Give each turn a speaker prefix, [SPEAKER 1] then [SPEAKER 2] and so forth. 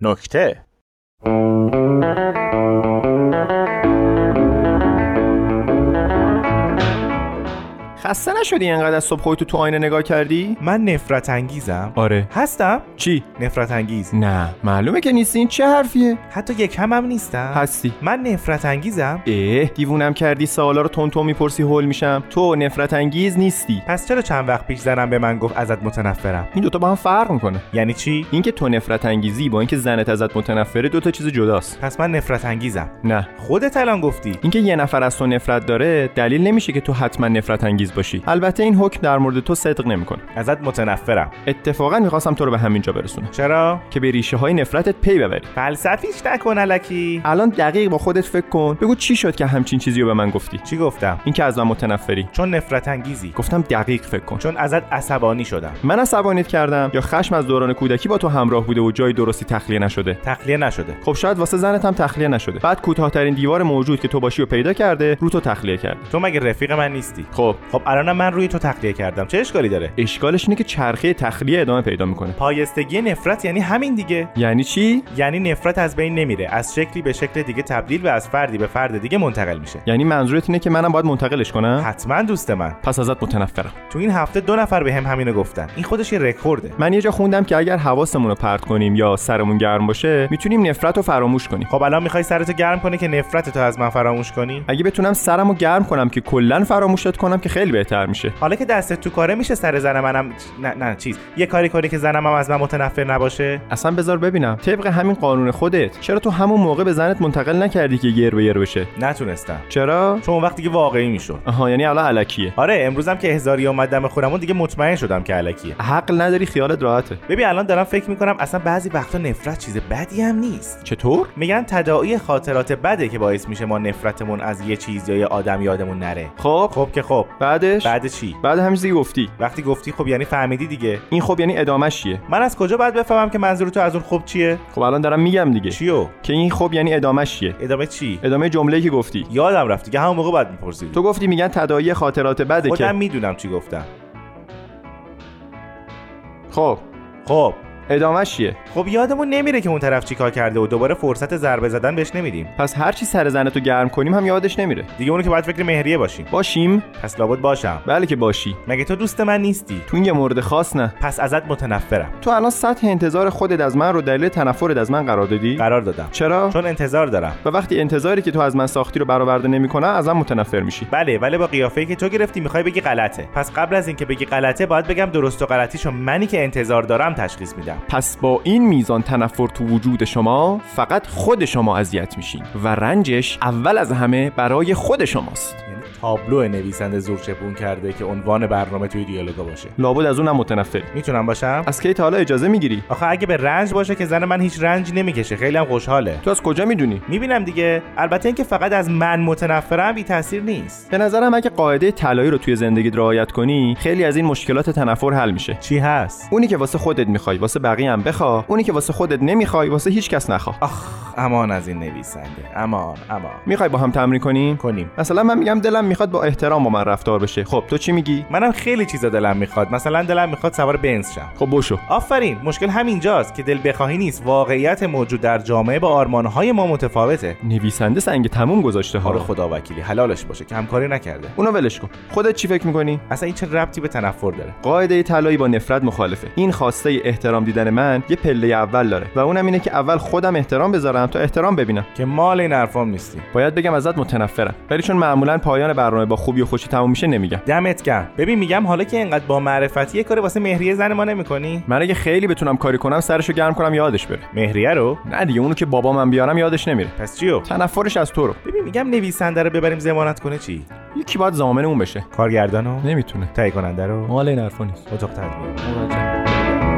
[SPEAKER 1] نکته
[SPEAKER 2] خسته نشدی انقدر از صبح خودتو تو آینه نگاه کردی؟
[SPEAKER 3] من نفرت انگیزم
[SPEAKER 2] آره
[SPEAKER 3] هستم
[SPEAKER 2] چی؟
[SPEAKER 3] نفرت انگیز
[SPEAKER 2] نه معلومه که نیستی این چه حرفیه؟
[SPEAKER 3] حتی یکم هم نیستم
[SPEAKER 2] هستی
[SPEAKER 3] من نفرت انگیزم
[SPEAKER 2] اه دیوونم کردی سوالا رو تون میپرسی هول میشم تو نفرت انگیز نیستی
[SPEAKER 3] پس چرا چند وقت پیش زنم به من گفت ازت متنفرم
[SPEAKER 2] این دوتا با هم فرق میکنه
[SPEAKER 3] یعنی چی
[SPEAKER 2] اینکه تو نفرت انگیزی با اینکه زنت ازت متنفره دوتا چیز جداست
[SPEAKER 3] پس من نفرت انگیزم
[SPEAKER 2] نه
[SPEAKER 3] خودت الان گفتی
[SPEAKER 2] اینکه یه نفر از تو نفرت داره دلیل نمیشه که تو حتما نفرت انگیز باشی البته این حکم در مورد تو صدق نمیکنه
[SPEAKER 3] ازت متنفرم
[SPEAKER 2] اتفاقا میخواستم تو رو به همینجا برسونم
[SPEAKER 3] چرا
[SPEAKER 2] که به ریشه های نفرتت پی ببری
[SPEAKER 3] فلسفیش نکن الکی
[SPEAKER 2] الان دقیق با خودت فکر کن بگو چی شد که همچین چیزی رو به من گفتی
[SPEAKER 3] چی گفتم
[SPEAKER 2] اینکه از من متنفری
[SPEAKER 3] چون نفرت انگیزی
[SPEAKER 2] گفتم دقیق فکر کن
[SPEAKER 3] چون ازت عصبانی شدم
[SPEAKER 2] من عصبانیت کردم یا خشم از دوران کودکی با تو همراه بوده و جای درستی تخلیه نشده
[SPEAKER 3] تخلیه نشده
[SPEAKER 2] خب شاید واسه زنت هم تخلیه نشده بعد کوتاهترین دیوار موجود که تو باشی رو پیدا کرده رو تو تخلیه کرده
[SPEAKER 3] تو مگه رفیق من نیستی
[SPEAKER 2] خب
[SPEAKER 3] خب الانم من روی تو تخلیه کردم چه اشکالی داره
[SPEAKER 2] اشکالش اینه که چرخه تخلیه ادامه پیدا میکنه
[SPEAKER 3] پایستگی نفرت یعنی همین دیگه
[SPEAKER 2] یعنی چی
[SPEAKER 3] یعنی نفرت از بین نمیره از شکلی به شکل دیگه تبدیل و از فردی به فرد دیگه منتقل میشه
[SPEAKER 2] یعنی منظورت اینه که منم باید منتقلش کنم
[SPEAKER 3] حتما دوست من
[SPEAKER 2] پس ازت متنفرم
[SPEAKER 3] تو این هفته دو نفر به هم همینو گفتن این خودش یه رکورده
[SPEAKER 2] من یه جا خوندم که اگر حواسمون رو پرت کنیم یا سرمون گرم باشه میتونیم نفرت رو فراموش کنیم
[SPEAKER 3] خب الان میخوای سرتو گرم کنی که نفرت تو از من فراموش کنی
[SPEAKER 2] اگه بتونم سرمو گرم کنم که کلا فراموشت کنم که خیلی بهتر میشه
[SPEAKER 3] حالا که دستت تو کاره میشه سر زن منم نه نه چیز یه کاری کنی که زنم هم از من متنفر نباشه
[SPEAKER 2] اصلا بذار ببینم طبق همین قانون خودت چرا تو همون موقع به زنت منتقل نکردی که گیر به گیر بشه
[SPEAKER 3] نتونستم
[SPEAKER 2] چرا
[SPEAKER 3] چون اون وقت دیگه واقعی میشد
[SPEAKER 2] آها یعنی الان علکیه
[SPEAKER 3] آره امروزم که هزاری اومدم خودمون دیگه مطمئن شدم که الکیه
[SPEAKER 2] حق نداری خیالت راحته
[SPEAKER 3] ببین الان دارم فکر میکنم اصلا بعضی وقتا نفرت چیز بدی هم نیست
[SPEAKER 2] چطور
[SPEAKER 3] میگن تداعی خاطرات بده که باعث میشه ما نفرتمون از یه چیز یا یه آدم یادمون نره
[SPEAKER 2] خب
[SPEAKER 3] خب که خب
[SPEAKER 2] بعدش
[SPEAKER 3] بعد چی
[SPEAKER 2] بعد همین چیزی که گفتی
[SPEAKER 3] وقتی گفتی خب یعنی فهمیدی دیگه
[SPEAKER 2] این خب یعنی ادامش چیه
[SPEAKER 3] من از کجا باید بفهمم که منظور تو از اون خب چیه
[SPEAKER 2] خب الان دارم میگم دیگه
[SPEAKER 3] چیو
[SPEAKER 2] که این خب یعنی ادامش چیه
[SPEAKER 3] ادامه چی
[SPEAKER 2] ادامه جمله‌ای که گفتی
[SPEAKER 3] یادم رفت دیگه همون موقع بعد میپرسیدی
[SPEAKER 2] تو گفتی میگن تداعی خاطرات بده
[SPEAKER 3] خودم
[SPEAKER 2] که
[SPEAKER 3] میدونم چی گفتم
[SPEAKER 2] خب
[SPEAKER 3] خب
[SPEAKER 2] ادامش چیه
[SPEAKER 3] خب یادمون نمیره که اون طرف چیکار کرده و دوباره فرصت ضربه زدن بهش نمیدیم
[SPEAKER 2] پس هر چی سر زنتو گرم کنیم هم یادش نمیره
[SPEAKER 3] دیگه اونو که باید فکر مهریه باشیم
[SPEAKER 2] باشیم
[SPEAKER 3] پس لابد باشم
[SPEAKER 2] بله که باشی
[SPEAKER 3] مگه تو دوست من نیستی
[SPEAKER 2] تو این یه مورد خاص نه
[SPEAKER 3] پس ازت متنفرم
[SPEAKER 2] تو الان سطح انتظار خودت از من رو دلیل تنفرت از من قرار دادی
[SPEAKER 3] قرار دادم
[SPEAKER 2] چرا
[SPEAKER 3] چون انتظار دارم
[SPEAKER 2] و وقتی انتظاری که تو از من ساختی رو برآورده نمیکنم ازم متنفر میشی
[SPEAKER 3] بله ولی با قیافه‌ای که تو گرفتی میخوای بگی غلطه پس قبل از اینکه بگی غلطه باید بگم درست و غلطیشو منی که انتظار دارم تشخیص میدم
[SPEAKER 2] پس با این میزان تنفر تو وجود شما فقط خود شما اذیت میشین و رنجش اول از همه برای خود شماست
[SPEAKER 3] یعنی تابلو نویسنده زور چپون کرده که عنوان برنامه توی دیالوگا باشه
[SPEAKER 2] لابد از اونم متنفری
[SPEAKER 3] میتونم باشم
[SPEAKER 2] از کی تا حالا اجازه میگیری
[SPEAKER 3] آخه اگه به رنج باشه که زن من هیچ رنج نمیکشه خیلی هم خوشحاله
[SPEAKER 2] تو از کجا میدونی
[SPEAKER 3] میبینم دیگه البته اینکه فقط از من متنفرم بی تاثیر نیست
[SPEAKER 2] به نظرم اگه قاعده طلایی رو توی زندگیت رعایت کنی خیلی از این مشکلات تنفر حل میشه
[SPEAKER 3] چی هست
[SPEAKER 2] اونی که واسه خودت میخوای واسه بقیه هم بخوا اونی که واسه خودت نمیخوای واسه هیچ کس نخوا
[SPEAKER 3] آخ امان از این نویسنده امان امان
[SPEAKER 2] میخوای با هم تمرین کنیم
[SPEAKER 3] کنیم
[SPEAKER 2] مثلا من میگم دلم میخواد با احترام با من رفتار بشه خب تو چی میگی
[SPEAKER 3] منم خیلی چیزا دلم میخواد مثلا دلم میخواد سوار بنز شم
[SPEAKER 2] خب بشو
[SPEAKER 3] آفرین مشکل همینجاست که دل بخواهی نیست واقعیت موجود در جامعه با آرمانهای ما متفاوته
[SPEAKER 2] نویسنده سنگ تموم گذاشته
[SPEAKER 3] آره
[SPEAKER 2] ها
[SPEAKER 3] خدا وکیلی حلالش باشه که همکاری نکرده
[SPEAKER 2] اونو ولش کن خودت چی فکر میکنی
[SPEAKER 3] اصلا این چه ربطی به تنفر داره
[SPEAKER 2] قاعده طلایی با نفرت مخالفه این خواسته احترام دیدن من یه پله اول داره و اونم اینه که اول خودم احترام بذارم تا احترام ببینم
[SPEAKER 3] که مال این حرفام نیستی
[SPEAKER 2] باید بگم ازت متنفرم ولی چون معمولا پایان برنامه با خوبی و خوشی تموم میشه نمیگم
[SPEAKER 3] دمت گرم ببین میگم حالا که انقدر با معرفتی یه کاری واسه مهریه زن ما نمیکنی
[SPEAKER 2] من اگه خیلی بتونم کاری کنم سرشو گرم کنم یادش بره
[SPEAKER 3] مهریه رو
[SPEAKER 2] نه دیگه اونو که بابا من بیارم یادش نمیره
[SPEAKER 3] پس چیو
[SPEAKER 2] تنفرش از تو رو
[SPEAKER 3] ببین میگم نویسنده رو ببریم ضمانت کنه چی
[SPEAKER 2] یکی باید زامن اون بشه
[SPEAKER 3] کارگردانو
[SPEAKER 2] نمیتونه
[SPEAKER 3] تهیه کننده رو
[SPEAKER 2] مال این حرفا نیست
[SPEAKER 3] اتاق تدوین